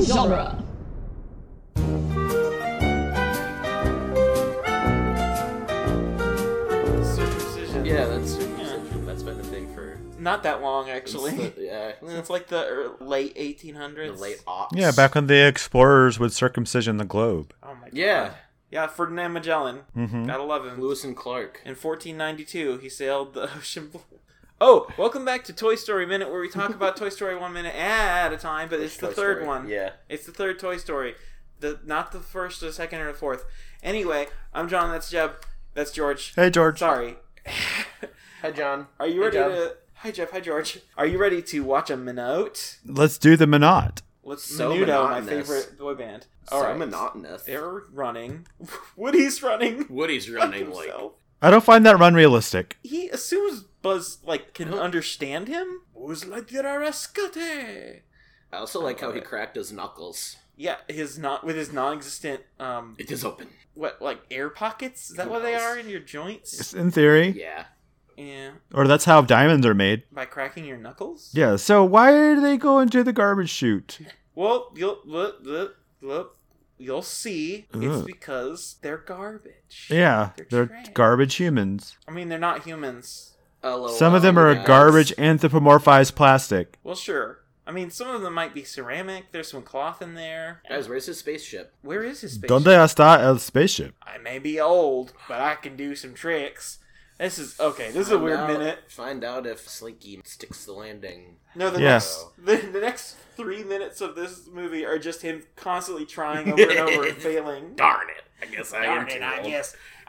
genre. Circumcision. Yeah, that's circumcision. That's been a thing for Not that long, actually. It's It's, the- yeah, like the ear- late 1800s. the late aughts. Yeah, back when the explorers would circumcision the globe. Oh my god. Yeah, Yeah, Ferdinand Magellan. Mhm. Gotta love him. Lewis and Clark. In 1492, he sailed the ocean blue. Oh, welcome back to Toy Story Minute, where we talk about Toy Story one minute at a time, but it's the Toy third Story. one. Yeah, It's the third Toy Story. The not the first, the second, or the fourth. Anyway, I'm John. That's Jeb. That's George. Hey, George. Sorry. hi John. Are you Hey, ready Jeb. to? Hi Jeff. Hi George. Are you ready to watch a minute? Let's do the Minot. Let's So Menudo, my monotonous. favorite boy band. So All right. monotonous. They're running. Woody's running. Woody's running like Himself. I don't find that run realistic. he assumes Buzz like can understand him. Was like the rescate. I also like how he Alright. cracked his knuckles. Yeah, his not with his non-existent um It is open. what like air pockets? Is that what they are in your joints? It's in theory. Yeah. Yeah, Or that's how diamonds are made. by cracking your knuckles. Yeah, so why are they going to the garbage chute? Well, you'll look, look, look. You'll see. It's Ugh. because they're garbage. Yeah, They're they're trash. garbage humans. I mean, they're not humans. Uh, LOL, Some of them are guys. garbage anthropomorphized plastic. Well, sure. I mean, some of them might be ceramic. There's some cloth in there. Guys, where's his spaceship? Where is his space? Donde está el spaceship? I may be old, but I can do some tricks. This is okay. This is a Find weird out- minute. Find out if Slinky sticks the landing. No, the Yeah. next the, the next three minutes of this movie are just him constantly trying over and over and failing. Darn it! I guess I am. too old.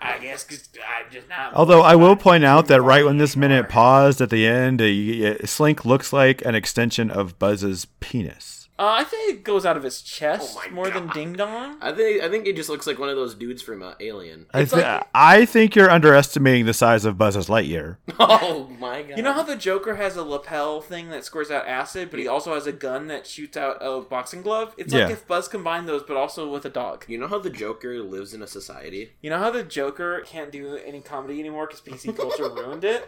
I guess because I'm just not. Although I will point out that right when this minute paused at the end, a, a Slink looks like an extension of Buzz's penis. Uh, I think it goes out of his chest Oh my more than God. Ding Dong. I think I think he just looks like one of those dudes from uh, Alien. I, It's thi- like- I think you're underestimating the size of Buzz's Lightyear. oh my god! You know how the Joker has a lapel thing that squirts out acid, but he also has a gun that shoots out a boxing glove? It's like Yeah. if Buzz combined those, but also with a dog. you know how the Joker lives in a society. You know how the Joker can't do any comedy anymore because PC culture ruined it?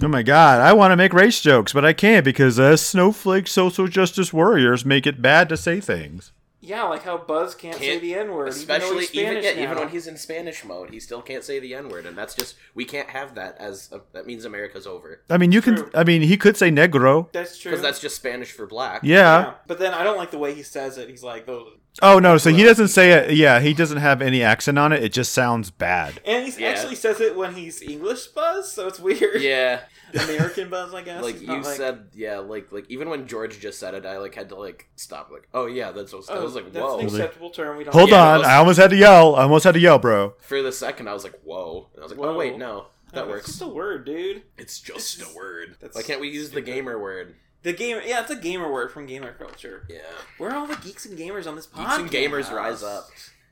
Oh my god, I want to make race jokes, but I can't because us snowflake social justice warriors make it bad to say things. Yeah, like how Buzz can't, say Can't- the N word, Especially even even, though yeah, he's Spanish even now. when he's in Spanish mode, he still can't say the N word, and that's just we can't have that as uh that means America's over I mean, you can. True. I mean, he could say negro. That's true. because that's just Spanish for black. Yeah. Yeah, But then I don't like the way he says it. He's like, "Those," Oh no, so he doesn't say it. Yeah, he doesn't have any accent on it. It just sounds bad. and he Yeah. actually says it when he's English Buzz, so it's weird. Yeah, American Buzz, I guess. like It's you not said, yeah, like like even when George just said it, I like had to like stop, like oh yeah, that's what I was like, that's whoa. an acceptable term. We don't Hold Yeah, on, those- I almost had to yell. I almost had to yell, bro. For the second, I was like, whoa, and I was like, Whoa. oh wait, no, that It's works. just a word, dude. It's just It's- a word. that's Why can't we use stupid. the gamer word? The gamer, yeah, it's a gamer word from gamer culture. Yeah. Where are all the geeks and gamers on this podcast? Geeks and gamers rise up.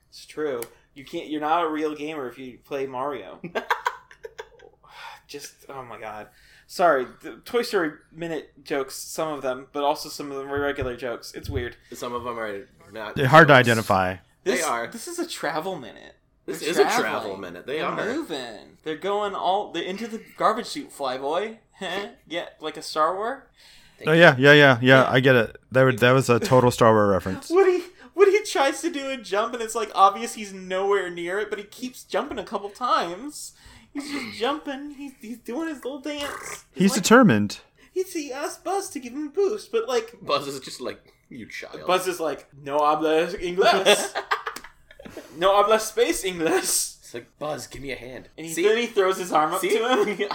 It's true. You can't. You're not a real gamer if you play Mario. Just oh my god. Sorry, the Toy Story minute jokes. Some of them, but also some of them were regular jokes. It's weird. Some of them are not. They're hard to jokes. identify. They This, are. This is a travel minute. This They're is a travel traveling. minute. They They're are. moving. They're going all. They're into the garbage chute, flyboy. Heh. yeah, like a Star Wars. Oh yeah, yeah, yeah, yeah. I get it. That would, that was a total Star Wars reference. Woody Woody tries to do a jump and it's like obvious he's nowhere near it, but he keeps jumping a couple times. He's just jumping. He's, he's doing his little dance. He's like, determined. he's he asked Buzz to give him a boost, but like Buzz is just like you child. Buzz is like no hablas inglés, no hablas space inglés, It's like Buzz, give me a hand. and he, See? then he throws his arm up See? to him. it's It's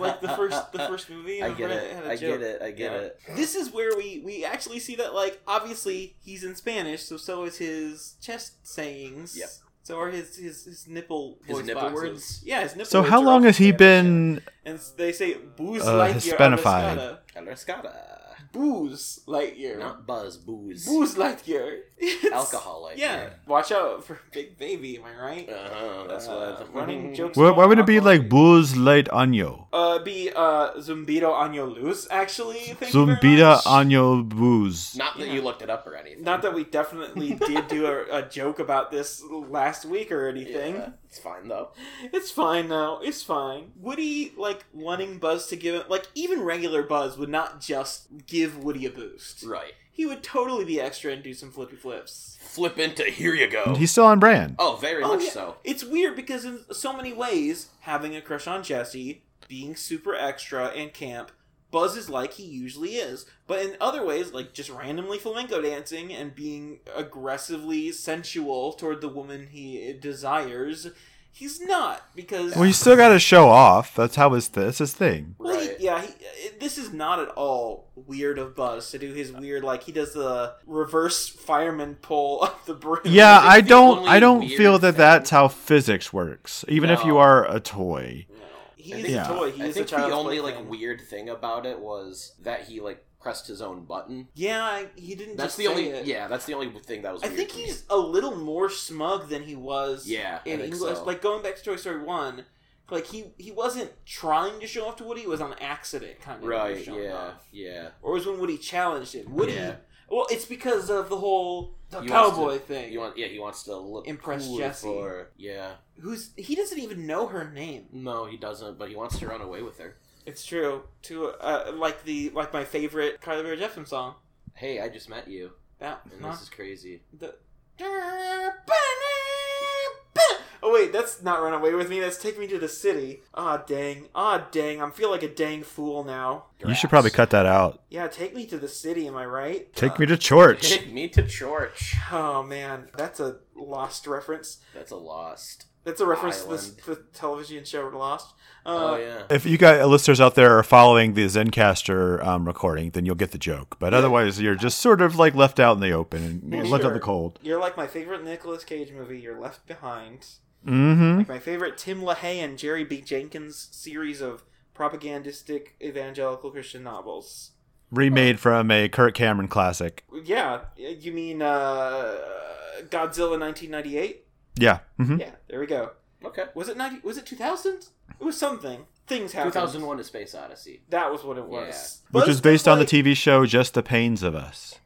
like the first the first movie. I and get had it. a I joke. get it. I get Yeah. it. This is where we we actually see that like obviously he's in Spanish, so so is his chest sayings. Yep. So are his his his nipple His voice nipple boxes. words? Yeah, his nipple. So words how are long all has he Spanish. been? And s- they say booze uh, like Hispanified? Hispanified. El Rescata. Booze light year. Not Buzz, booze. Booze light year. Alcohol light Yeah. year. Watch out for big baby. Am I right? Uh, that's Uh, what running jokes. Why, why would it be Alcohol. like Booze Light Año? Uh, be uh zumbido año luz. Actually, thank you very Zumbida much. Año Booze. Not that Yeah. you looked it up or anything. Not that we definitely did do a, a joke about this last week or anything. Yeah, it's fine though. It's fine now. It's fine. Woody like wanting Buzz to give it like even regular Buzz would not just give Woody a boost. Right. He would totally be extra and do some flippy flips. Flip into here you go. He's still on brand. Oh, very Oh, much yeah. so. It's weird because in so many ways, having a crush on Jesse, being super extra and camp, Buzz is like he usually is. But in other ways, like just randomly flamenco dancing and being aggressively sensual toward the woman he desires, he's not because Well, you still got to show off. That's how his that's his thing. Well, he- Right. yeah, he, it- this is not at all weird of Buzz to do his weird, like he does the reverse fireman pull up the brim. Yeah, I the don't only I don't weird feel that thing. that's how physics works. Even if you No. are a toy, he I is think- a toy. He I is a think child. the only like weird thing about it was that he like pressed his own button. Yeah, I- he didn't. That's just the only say it. yeah. That's the only thing that was. I weird think to me. he's a little more smug than he was. Yeah, I in think English, so. like going back to Toy Story One, like he he wasn't trying to show off to Woody. It was on accident, kind of. he was right. showing Yeah. off. Yeah. Or it was when Woody challenged him. Woody. Yeah. Well, it's because of the whole the He wants to- cowboy thing. You want yeah. He wants to look Impress cool Jesse. For, yeah. who's he doesn't even know her name. No, he doesn't. But he wants to run away with her. It's true. To uh, like the like my favorite Carly Rae Jepsen song. Hey, I just met you, That and not this is crazy. the. Oh wait, that's not "Run Away with Me." That's "Take Me to the City." Ah dang, ah dang, I'm feel like a dang fool now. you should probably cut that out. Yeah, take me to the city. Am I right? Take me to church. Take me to church. Oh man, that's a lost reference. That's a lost. That's a reference Island. to this, the television show Lost. Uh, oh yeah. If you got uh, listeners out there are following the Zencaster um, recording, then you'll get the joke. But otherwise, you're just sort of like left out in the open and Well, left out in sure. the cold. You're like my favorite Nicolas Cage movie. You're left behind. Mm-hmm. Like my favorite Tim LaHaye and Jerry B. Jenkins series of propagandistic evangelical Christian novels. Remade from a Kurt Cameron classic. Yeah, you mean uh, Godzilla 1998? Yeah. hmm Yeah, there we go. Okay. Was it 90? Was it 2000? It was something. Things happened. 2001: A Space Odyssey. That was what it was. Yeah. Which Buzz is based was on the like- TV show Just the Pains of Us.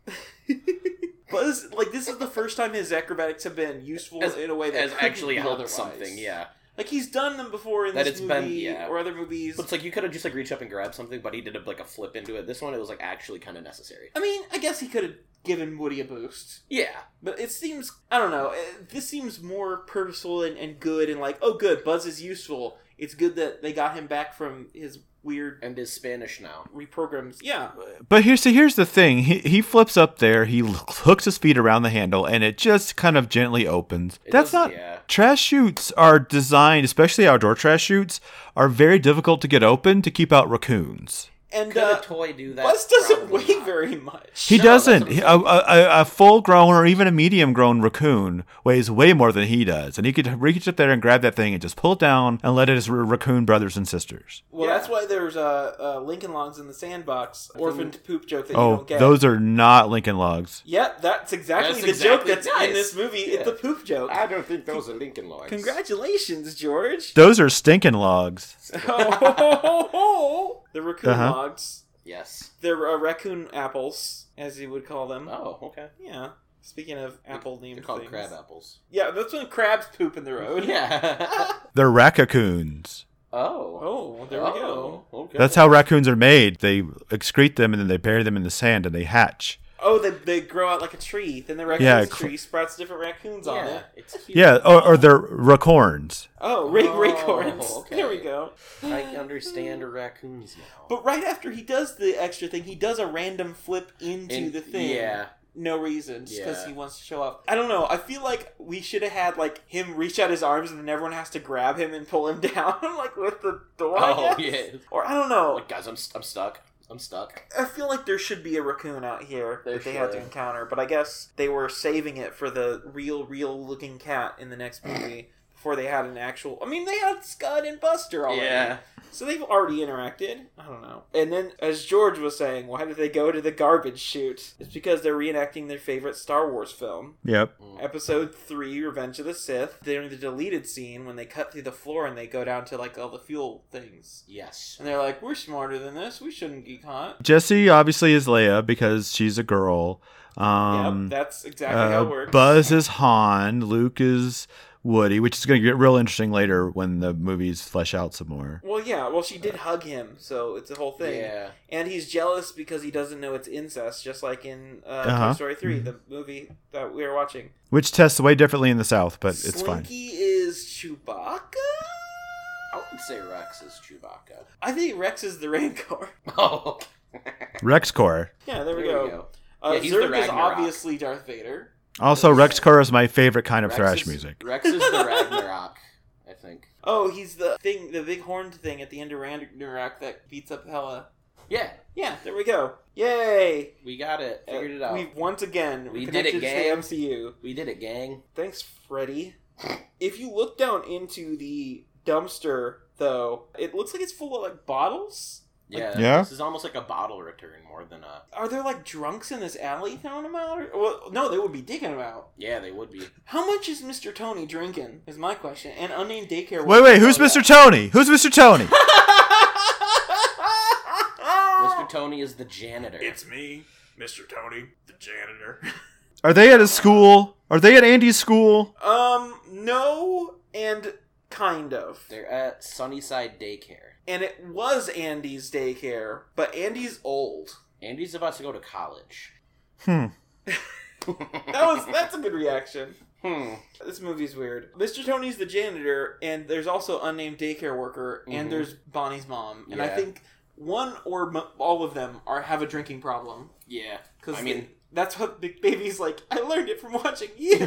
Buzz, like this is the first time his acrobatics have been useful As- in a way that Has couldn't actually be helped otherwise. something. Yeah. like he's done them before in That this it's movie been- yeah. or other movies. But it's like you could have just like reached up and grabbed something, but he did a, like a flip into it. This one, it was like actually kind of necessary. I mean, I guess he could have given Woody a boost. Yeah, But it seems I don't know. eh, This seems more purposeful and, and good and like oh good. Buzz is useful. It's good that they got him back from his weird and is Spanish now. reprograms. Yeah, But here's see, here's the thing. He he flips up there. He l- hooks his feet around the handle, and it just kind of gently opens. It That's does- not. Yeah, Trash chutes are designed, especially outdoor trash chutes, are very difficult to get open to keep out raccoons. and could uh, a toy do that? Buzz doesn't Probably weigh not. very much. He No, that's doesn't. what I'm He- A, saying. a, a full grown or even a medium grown raccoon weighs way more than he does, and he could reach up there and grab that thing and just pull it down and let his r- raccoon brothers and sisters. Well, Yeah. that's why there's uh, uh, Lincoln Logs in the sandbox orphaned poop joke that you Oh, don't get. those are not Lincoln logs. Yep, that's exactly That's the joke exactly- that's in nice. this movie. It's Yeah. the poop joke. I don't think those are Lincoln logs. Congratulations, George. Those are stinking logs. Oh. the raccoon Uh-huh. logs. Yes. They're uh, raccoon apples, as you would call them. Oh, okay. Yeah. Speaking of apple named They're called things. Oh, crab apples. Yeah, that's when crabs poop in the road. Yeah. They're raccoons. oh. Oh, there we go. Oh, Okay. That's how raccoons are made. They excrete them and then they bury them in the sand and they hatch. Oh, they, they grow out like a tree. Then the raccoon Yeah, cr- tree sprouts different raccoons on Yeah, it. it's cute. Yeah, or, or they're racorns. Oh, ra- Oh, racorns. okay. There we go. I understand raccoons now. But right after he does the extra thing, he does a random flip into And- the thing. Yeah. No reason, just because Yeah. he wants to show off. I don't know. I feel like we should have had like him reach out his arms and then everyone has to grab him and pull him down, like with the door. I Oh guess. yeah. Or I don't know. Like guys, I'm st- I'm stuck. I'm stuck. I feel like there should be a raccoon out here There that they had to should. encounter, but I guess they were saving it for the real, real looking cat in the next movie before they had an actual. I mean, they had Scud and Buster already. Yeah. So they've already interacted. I don't know. And then, as George was saying, why did they go to the garbage chute? It's because they're reenacting their favorite Star Wars film. Yep. Mm. Episode 3, Revenge of the Sith, during the deleted scene when they cut through the floor and they go down to like all the fuel things. Yes. And they're like, we're smarter than this, we shouldn't get caught. Jesse obviously is Leia because she's a girl. Um, yep, that's exactly how uh, it works. Buzz is Han. Luke is Woody, which is going to get real interesting later when the movies flesh out some more. Well, yeah. Well, she did hug him, so it's a whole thing. Yeah. And he's jealous because he doesn't know it's incest, just like in uh, Uh-huh. Toy Story 3, Mm-hmm. the movie that we were watching. Which tests way differently in the South, but it's Slinky fine. is Chewbacca? I would say Rex is Chewbacca. I think Rex is the Rancor. Oh, Rexcore. Yeah, there we go. Uh, Yeah, he's the Zurg is Ragnarok. obviously Darth Vader. Also, Rexcore is my favorite kind of Rex thrash is- music. Rex is the Ragnarok, I think. Oh, he's the thing, the big horned thing at the end of Ragnarok that beats up Hela. Yeah, Yeah, there we go. Yay! we got it. Uh, Figured it out. We once again We did it, connected gang. to the MCU. We did it, gang. Thanks, Freddy. If you look down into the dumpster, though, it looks like it's full of like bottles. Yeah, Yeah? This is almost like a bottle return more than a. Are there like drunks in this alley throwing them out? Or, well, no, they would be digging them out. Yeah, they would be. How much is Mr. Tony drinking? Is my question. And unnamed daycare. Wait, wait, who's Mr. Tony? Who's Mr. Tony? Mr. Tony is the janitor. me, Mr. Tony, the janitor. Are they at a school? Are they at Andy's school? Um, no, and kind of. They're at Sunnyside Daycare. And it was Andy's daycare, but Andy's old. Andy's about to go to college. Hmm. That was that's a good reaction. Hmm. This movie's weird. Mr. Tony's the janitor, and there's also unnamed daycare worker, Mhm. and there's Bonnie's mom. And I Yeah. think one or m- all of them are have a drinking problem Yeah. because I mean- that's what Big Baby's like. I learned it from watching you.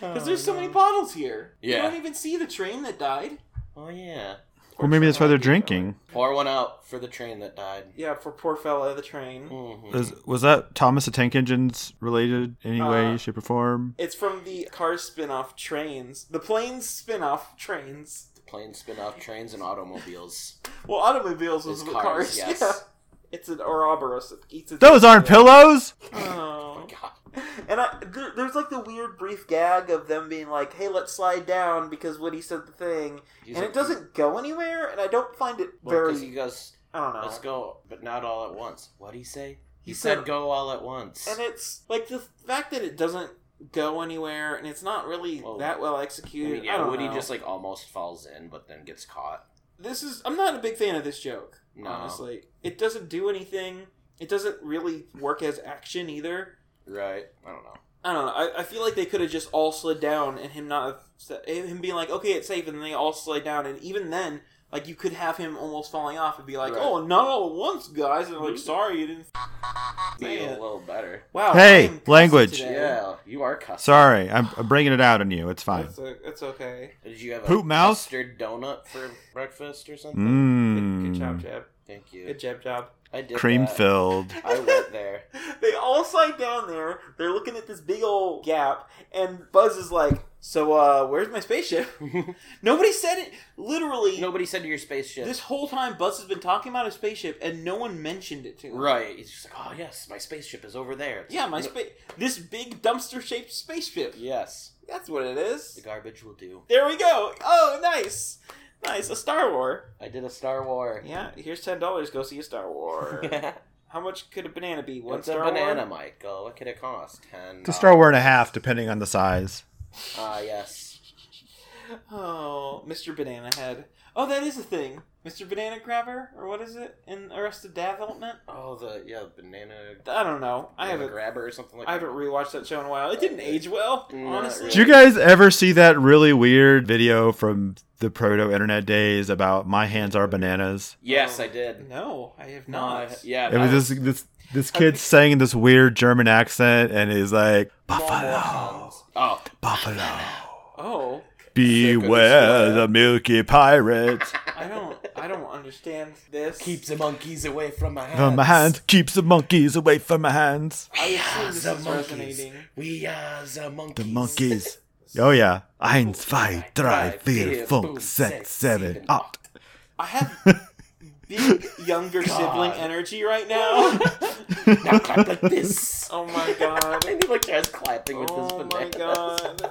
Because there's so many bottles here. You Yeah. don't even see the train that died. oh yeah. Or maybe that's why they're Poor fella. drinking. Pour one out for the train that died. Yeah, for poor fella, the train. Mhm. Is, was that Thomas the Tank Engine's related in any way, Uh, shape, or form? It's from the car spin off trains. The planes spin off trains. Planes spin off trains and automobiles. Well, automobiles was It's the cars, cars. yes. Yeah. It's an Ouroboros. It eats its Those aren't pillows! Oh. God. And I, there, there's like the weird brief gag of them being like, hey, let's slide down because Woody said the thing. He's and like, it doesn't go anywhere, and I don't find it well, 'cause very. he goes, I don't know. let's go, but not all at once. What would he say? He, He said, said- go all at once. And it's like the fact that it doesn't go anywhere and it's not really Well, that well I executed. I, mean, yeah, don't Woody know. just like almost falls in, but then gets caught. this is I'm not a big fan of this joke. No. Honestly, it doesn't do anything. It doesn't really work as action either. Right. I don't know. I don't know. I, I feel like they could have just all slid down and him not have, sa- him being like, okay, it's safe, and then they all slid down, and even then. Like you could have him almost falling off and be like, Right. Mm-hmm. "Oh, not all at once, guys!" And like, "Sorry, you didn't." Be a Yeah. little better. Wow. I Hey, am cussing language. today. Yeah, you are cussing. Sorry, I'm, I'm bringing it out on you. It's fine. That's, o- that's okay. Did you have a Poop mouth? custard donut for breakfast or something? Good, good job, Mmm. Jeb. Thank Good you. jab job. I did Cream that. filled. I went there. They all slide down there. They're looking at this big old gap, and Buzz is like, "So, uh, where's my spaceship?" Nobody said it. Literally, Nobody said to your spaceship. this whole time Buzz has been talking about his spaceship, and no one mentioned it to him. Right. He's just like, oh yes, my spaceship is over there. It's Yeah, like, my "No- spa- this big dumpster-shaped spaceship. Yes, That's what it the is. garbage will do. There we go. Oh, nice, nice. A Star War. I did a Star War. Yeah, here's ten dollars. Go see a Star War. How much could a banana be? One What's a Star banana, War. Michael? What could it cost? Ten. It's a Star War and a half, depending on the size. Ah, yes. Oh, Mr. Banana Head. Oh, that is a thing. Mr. Banana Grabber, or what is it in Arrested Development? Oh, the yeah, banana. I don't know. I banana haven't. grabber or something like I haven't rewatched that show in a while. It didn't age well, Not honestly. Did you guys ever see that really weird video from the proto internet days about my hands are bananas? Yes, Um, I did. No, I have No, not. I- yeah. It was this this this kid sang in this weird German accent and he's like Buffalo, Oh, Buffalo, Oh, beware the Milky Pirate. I don't. I don't understand this. keep the monkeys away from my hands. From my hand keeps the monkeys away from my hands. I We are assume this the is monkeys. resonating. We are the monkeys. The monkeys. Oh yeah. Eins, zwei, drei, vier, fünf, sechs, seven, acht. I have big younger God. sibling energy right now. Now clap like this. oh my god. And he like starts clapping with his Oh my bananas. god.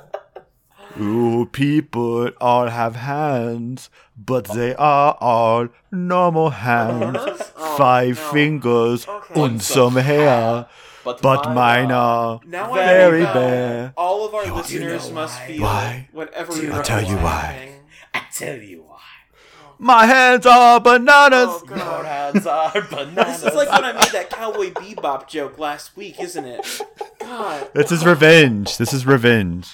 Ooh, people all have hands, but they are all normal hands. Oh, Five no. fingers Okay. uh, and some hair. But, but mine are Now I very know bare. All of our You listeners know must why. feel Why? whatever Do we I were tell you laughing. uh, I tell you why. My hands are bananas. Oh, God. Your hands are bananas. This is like when I made that cowboy bebop joke last week, isn't it? God. This is revenge. This is revenge.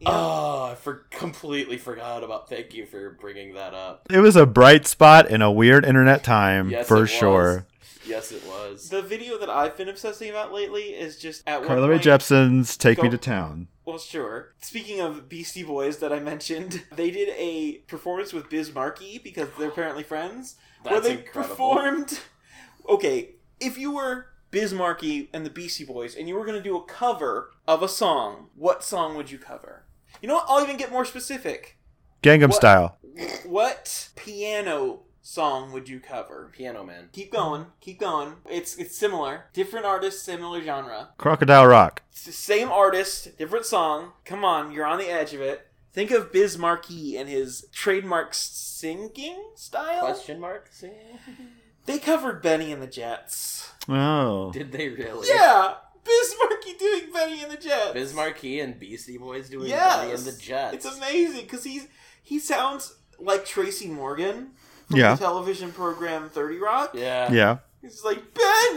Yeah. Oh, I for- completely forgot about. Thank you for bringing that up. It was a bright spot in a weird internet time Yes, it for was. sure. Yes, it was. the video that I've been obsessing about lately is just at Carly one Rae point, Jepsen's "Take Me Go- to Town." Well, sure. Speaking of Beastie Boys that I mentioned, they did a performance with Biz Markie because they're apparently friends. where That's they incredible. performed. Okay, if you were Biz Markie and the Beastie Boys and you were going to do a cover of a song, what song would you cover? You know what? I'll even get more specific. Gangnam What? Style. What piano song would you cover? Piano Man. Keep going, keep going. It's it's similar, different artist, similar genre. Crocodile Rock. It's the same artist, different song. Come on, you're on the edge of it. Think of Biz Markie and his trademark singing style. Question mark? See? They covered Benny and the Jets. Oh. Did they really? Yeah, Biz Markie doing Benny and the Jets. Biz Markie and Beastie Boys doing Yes. Benny and the Jets. It's amazing because he's he sounds like Tracy Morgan from Yeah. the television program Thirty Rock. Yeah. Yeah. He's like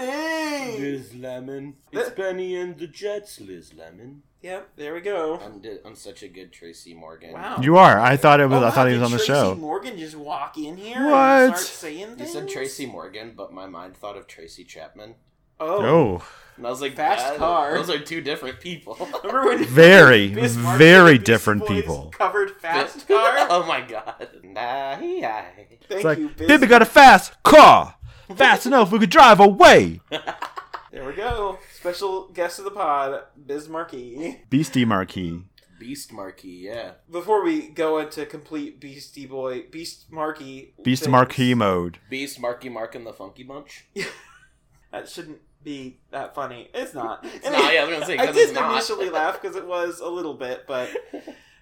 Benny. Liz Lemon. It's Benny and the Jets, Liz Lemon. Yep, there we go. I'm, I'm such a good Tracy Morgan. Wow. You are. I thought it was. Oh, I wow, thought he did was on the Tracy show. Morgan just walk in here and What? start saying You things. said Tracy Morgan, but my mind thought of Tracy Chapman. Oh, Oh, And I was like, Fast "That- car." Those are two different people. remember when very, Biz Markie very and the Beastie different Boys people. covered Fast Car? oh my god. Nah, he, I. Thank It's like, you, Biz. baby, got a fast car, fast enough we could drive away. There we go. Special guest of the pod, Biz Markie. Beastie Marquee. Beast Marquee, yeah. Before we go into complete Beastie Boy, Beast Markie, Beast things, Marquee mode. Beast Marky Mark and the Funky Bunch. that shouldn't be that funny. It's not. It's not, yeah, I was gonna say, I 'cause it's did not. initially laugh because it was a little bit, but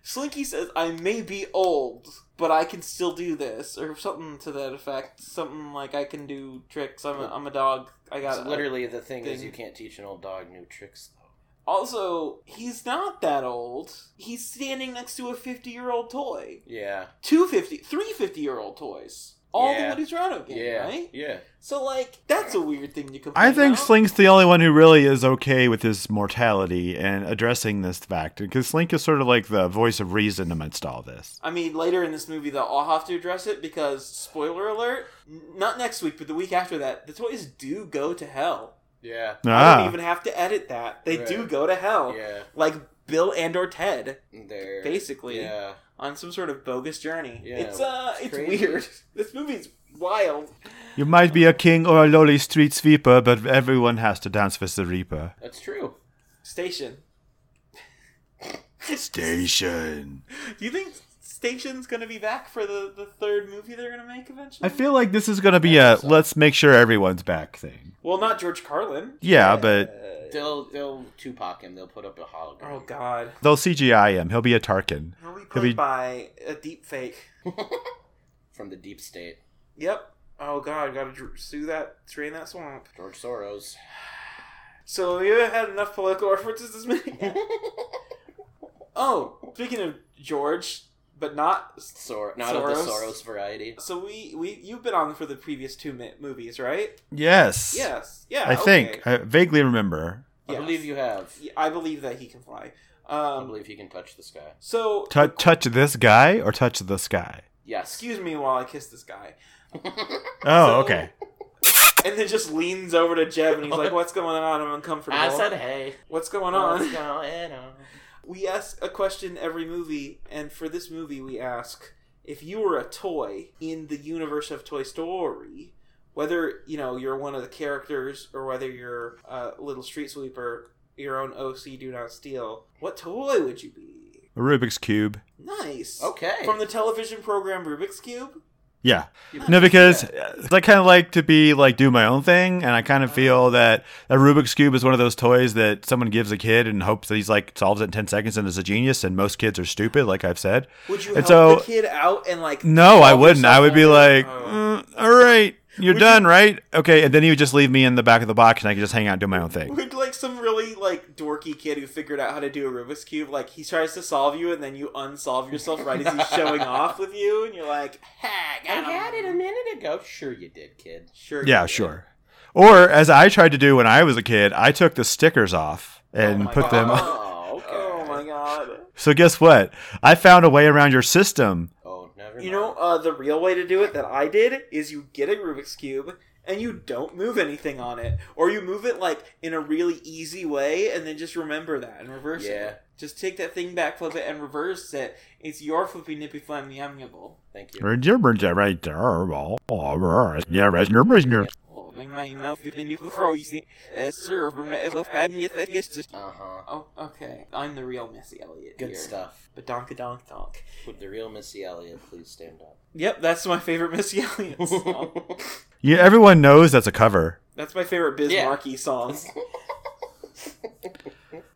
Slinky says, "I may be old, but I can still do this," or something to that effect. Something like, "I can do tricks. I'm a, I'm a dog. I got It's it." literally the thing is uh, thing. you can't teach an old dog new tricks though. Also, he's not that old. He's standing next to a 50 year old toy. Yeah. Two 50, three 50 year old toys. All Yeah. the Woody's Roundup game, Yeah. right? Yeah. So, like, that's a weird thing to complain I think about. Slink's the only one who really is okay with his mortality and addressing this fact, because Slink is sort of like the voice of reason amidst all this. I mean, later in this movie, they'll all have to address it because, spoiler alert, n- not next week, but the week after that, the toys do go to hell. Yeah. I don't Ah, even have to edit that. They do Right. go to hell. Yeah. Like Bill and or Ted, They're basically, Yeah. on some sort of bogus journey. Yeah. It's, uh, it's Crazy. weird. This movie's wild. you might be a king or a lowly street sweeper, but everyone has to dance with the reaper. That's true. Station. Station. Do you think Station's gonna be back for the, the third movie they're gonna make eventually? I feel like this is gonna be a let's make sure everyone's back thing. well, not George Carlin. Yeah, but Uh, They'll they'll Tupac him, they'll put up a hologram. oh God, they'll CGI him. He'll be a Tarkin. he'll be He'll played be- by a deep fake. From the deep state. Yep. Oh God, gotta dr- sue that, drain that swamp. George Soros. So you had enough political references this minute. oh, speaking of George, but not. Sor- not of the Soros. Soros variety. So we we you've been on for the previous two mi- movies, right? Yes. Yes. Yeah. I think okay. I vaguely remember. I Yes. believe you have. Yeah, I believe that he can fly. I Um. believe he can touch the sky. So Tou touch this guy or touch the sky. Yes. excuse me while I kiss this guy. So- Oh, okay. And then just leans over to Jeb and he's like, What's going on? I'm uncomfortable. I said hey. What's going What's on? going on? We ask a question every movie, and for this movie, we ask if you were a toy in the universe of Toy Story, whether, you know, you're one of the characters or whether you're a little street sweeper, your own OC, do not steal, what toy would you be? A Rubik's cube. Nice. Okay. From the television program Rubik's Cube? Yeah. You- No, because uh, I kind of like to be like do my own thing, and I kind of feel that a Rubik's cube is one of those toys that someone gives a kid and hopes that he's like solves it in ten seconds and is a genius. And most kids are stupid, like I've said. Would you And help so- the kid out and, like, No, I solve wouldn't. I would be yourself? like, Oh. "Mm, all right, You're Would done, right? Okay, and then he would just leave me in the back of the box, and I could just hang out and do my own thing. Would like some really like dorky kid who figured out how to do a Rubik's cube, like he tries to solve you and then you unsolve yourself right as he's showing off with you, and you're like, "Ha, I got him." had it a minute ago. Sure, you did, kid. Sure. Yeah, sure. Or as I tried to do when I was a kid, I took the stickers off and my put them. God. On. Oh, okay. Oh my god. So guess what? I found a way around your system. Oh, never You mind. know, uh, the real way to do it that I did is you get a Rubik's cube and you don't move anything on it, or you move it like in a really easy way, and then just remember that and reverse Yeah. it. Just take that thing back, flip it, and reverse it. It's your flippy nippy flammy yumyable. Thank you. Right there. well, all right. Yeah, right there, right there. Oh, my mouth is in you frozen. Uh, sir, remember, if I've had me, I guess just- Uh huh. Oh, okay. I'm the real Missy Elliott. Good here. stuff. But donka donk donk. Would the real Missy Elliott please stand up? Yep, that's my favorite Missy Elliott song. Yeah, everyone knows that's a cover. that's my favorite Biz Yeah. Markie song.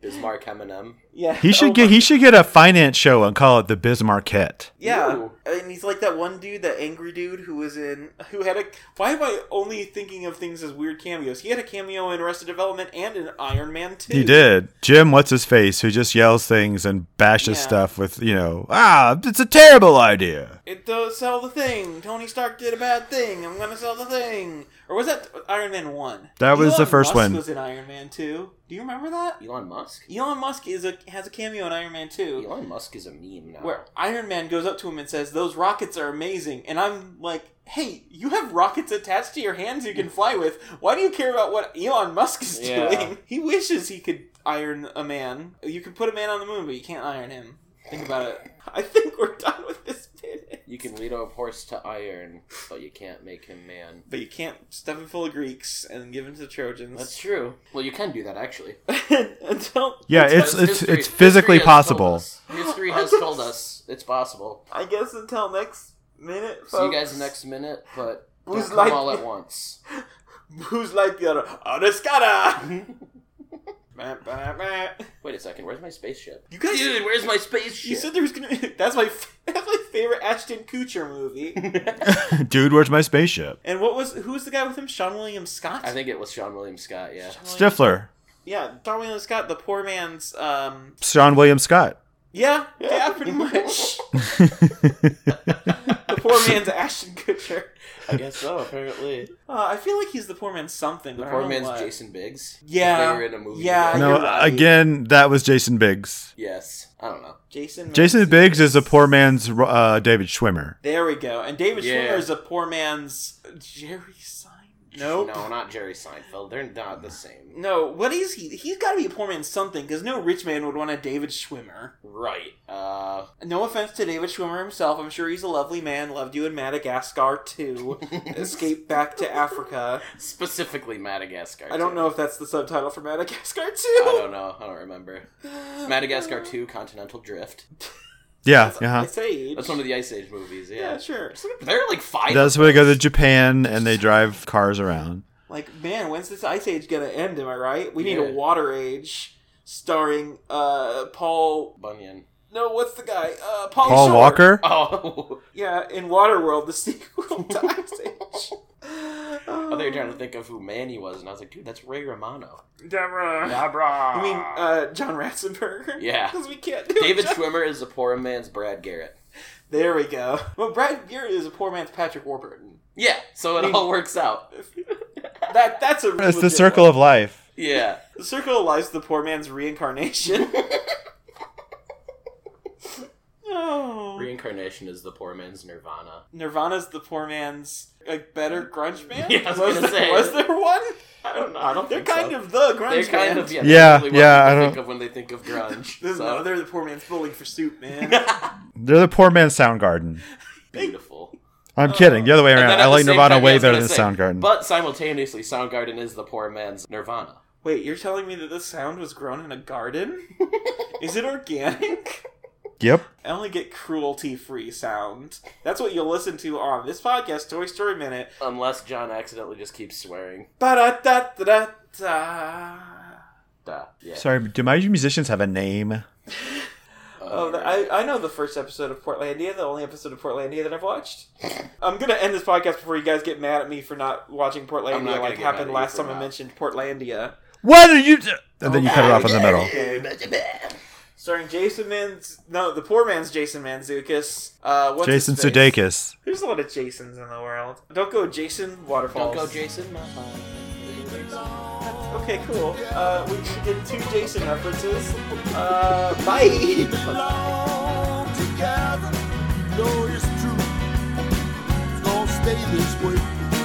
Bismarck Eminem. Yeah. He should Oh get my- he should get a finance show and call it the Bismarckette. Yeah, Ooh. and he's like that one dude, that angry dude who was in who had a. Why am I only thinking of things as weird cameos? He had a cameo in Arrested Development and in Iron Man Two. He did. Jim, what's his face, who just yells things and bashes Yeah. stuff with, you know, ah, it's a terrible idea. It does sell the thing. Tony Stark did a bad thing. I'm gonna sell the thing. Or was that Iron Man One? That was Elon the Musk first one. Was in Iron Man Two? Do you remember that? Elon Musk? Elon Musk is a has a cameo in Iron Man Two. Elon Musk is a meme now. where Iron Man goes up to him and says, "Those rockets are amazing," and I'm like, "Hey, you have rockets attached to your hands you can fly with. Why do you care about what Elon Musk is Yeah. doing? He wishes he could iron a man. You can put a man on the moon, but you can't iron him. Think about it. I think we're done with this bit. You can lead a horse to iron, but you can't make him man. But you can't stuff him full of Greeks and give him to the Trojans. That's true. Well, you can do that actually. Until Yeah, Because it's it's history- it's physically history has told possible. us. History has told us it's possible. I guess until next minute. Folks. See you guys next minute, but don't Who's come like- all at once. Who's like the other? Odescada. Bah, bah, bah. Wait a second. Where's my spaceship? You guys, Dude, where's my spaceship? You said there was gonna. Be, that's my f- that's my favorite Ashton Kutcher movie. Dude, where's my spaceship? and what was who was the guy with him? Sean William Scott. I think it was Sean William Scott. Yeah. Sean William- Stifler. Yeah, Sean William Scott, the poor man's. Um. Sean William Scott. Yeah, yeah, pretty much. the poor man's Ashton Kutcher. I guess so. Apparently, Uh, I feel like he's the poor man's something. the but I poor don't know man's what. Jason Biggs. Yeah. They were in a movie Yeah. together. no, you're right. again, that was Jason Biggs. Yes. I don't know. Jason. Jason Mendes. Biggs is a poor man's uh, David Schwimmer. There we go. And David Yeah. Schwimmer is a poor man's Jerry Seinfeld. Nope. No, not Jerry Seinfeld. They're not the same. No, what is he? He's got to be a poor man's something, because no rich man would want a David Schwimmer. Right. Uh. No offense to David Schwimmer himself. I'm sure he's a lovely man. Loved you in Madagascar too. Escape back to Africa. Specifically Madagascar. I don't too. know if that's the subtitle for Madagascar I too. don't know. I don't remember. Madagascar 2 Continental Drift. Yeah, I uh-huh. say That's one of the Ice Age movies, yeah. yeah, sure. There are like five. That's where they go to Japan and they drive cars around. Like, man, when's this ice age gonna end? Am I right? We need Yeah. a water age, starring uh Paul. Bunyan. No, what's the guy? Uh, Paul, Paul Shore. Walker? Oh. Yeah, in Waterworld, the sequel to Ice Age. Oh, I thought you were trying to think of who Manny was, and I was like, dude, that's Ray Romano. Deborah. Dabra. You mean uh, John Ratzenberger? Yeah. Because we can't do David John- Schwimmer is a poor man's Brad Garrett. There we go. Well, Brad Garrett is a poor man's Patrick Warburton. Yeah, so it all works out. That that's a. It's the legit circle one. of life. Yeah. The circle of life's the poor man's reincarnation. oh. Reincarnation is the poor man's Nirvana. Nirvana's the poor man's like better grunge band. Yeah, I was gonna there, say. was there one? I don't know. I don't They're think kind so. of the grunge They're kind band. of yeah. Yeah, that's really yeah, What I people don't- think of when they think of grunge. This is- no, so. they're the poor man's bowling for soup, man. They're the poor man's Soundgarden. beautiful. I'm kidding. The other way Uh, And around. then I at the like same Nirvana time, yeah, I way was better gonna than say, Soundgarden. But simultaneously, Soundgarden is the poor man's Nirvana. Wait, you're telling me that this sound was grown in a garden? is it organic? yep. I only get cruelty free sound. That's what you'll listen to on this podcast, Toy Story Minute. Unless John accidentally just keeps swearing. Ba-da-da-da-da. Duh. Yeah. Sorry, do my musicians have a name? Uh, Oh, the, I, I know the first episode of Portlandia, the only episode of Portlandia that I've watched. I'm going to end this podcast before you guys get mad at me for not watching I'm not Portlandia gonna like get mad at happened you last for time I not. mentioned Portlandia. What are you? d- And then you cut her off in the middle. Starring Jason Manz... No, the poor man's Jason Manzukis. Uh, what's Jason his face? Sudeikis. There's a lot of Jasons in the world. Don't go Jason Waterfalls. Don't go, Jason. My mind. Okay, cool. Uh, we we did two Jason references. Uh, bye! belong together. You know it's true. It's gonna stay this way.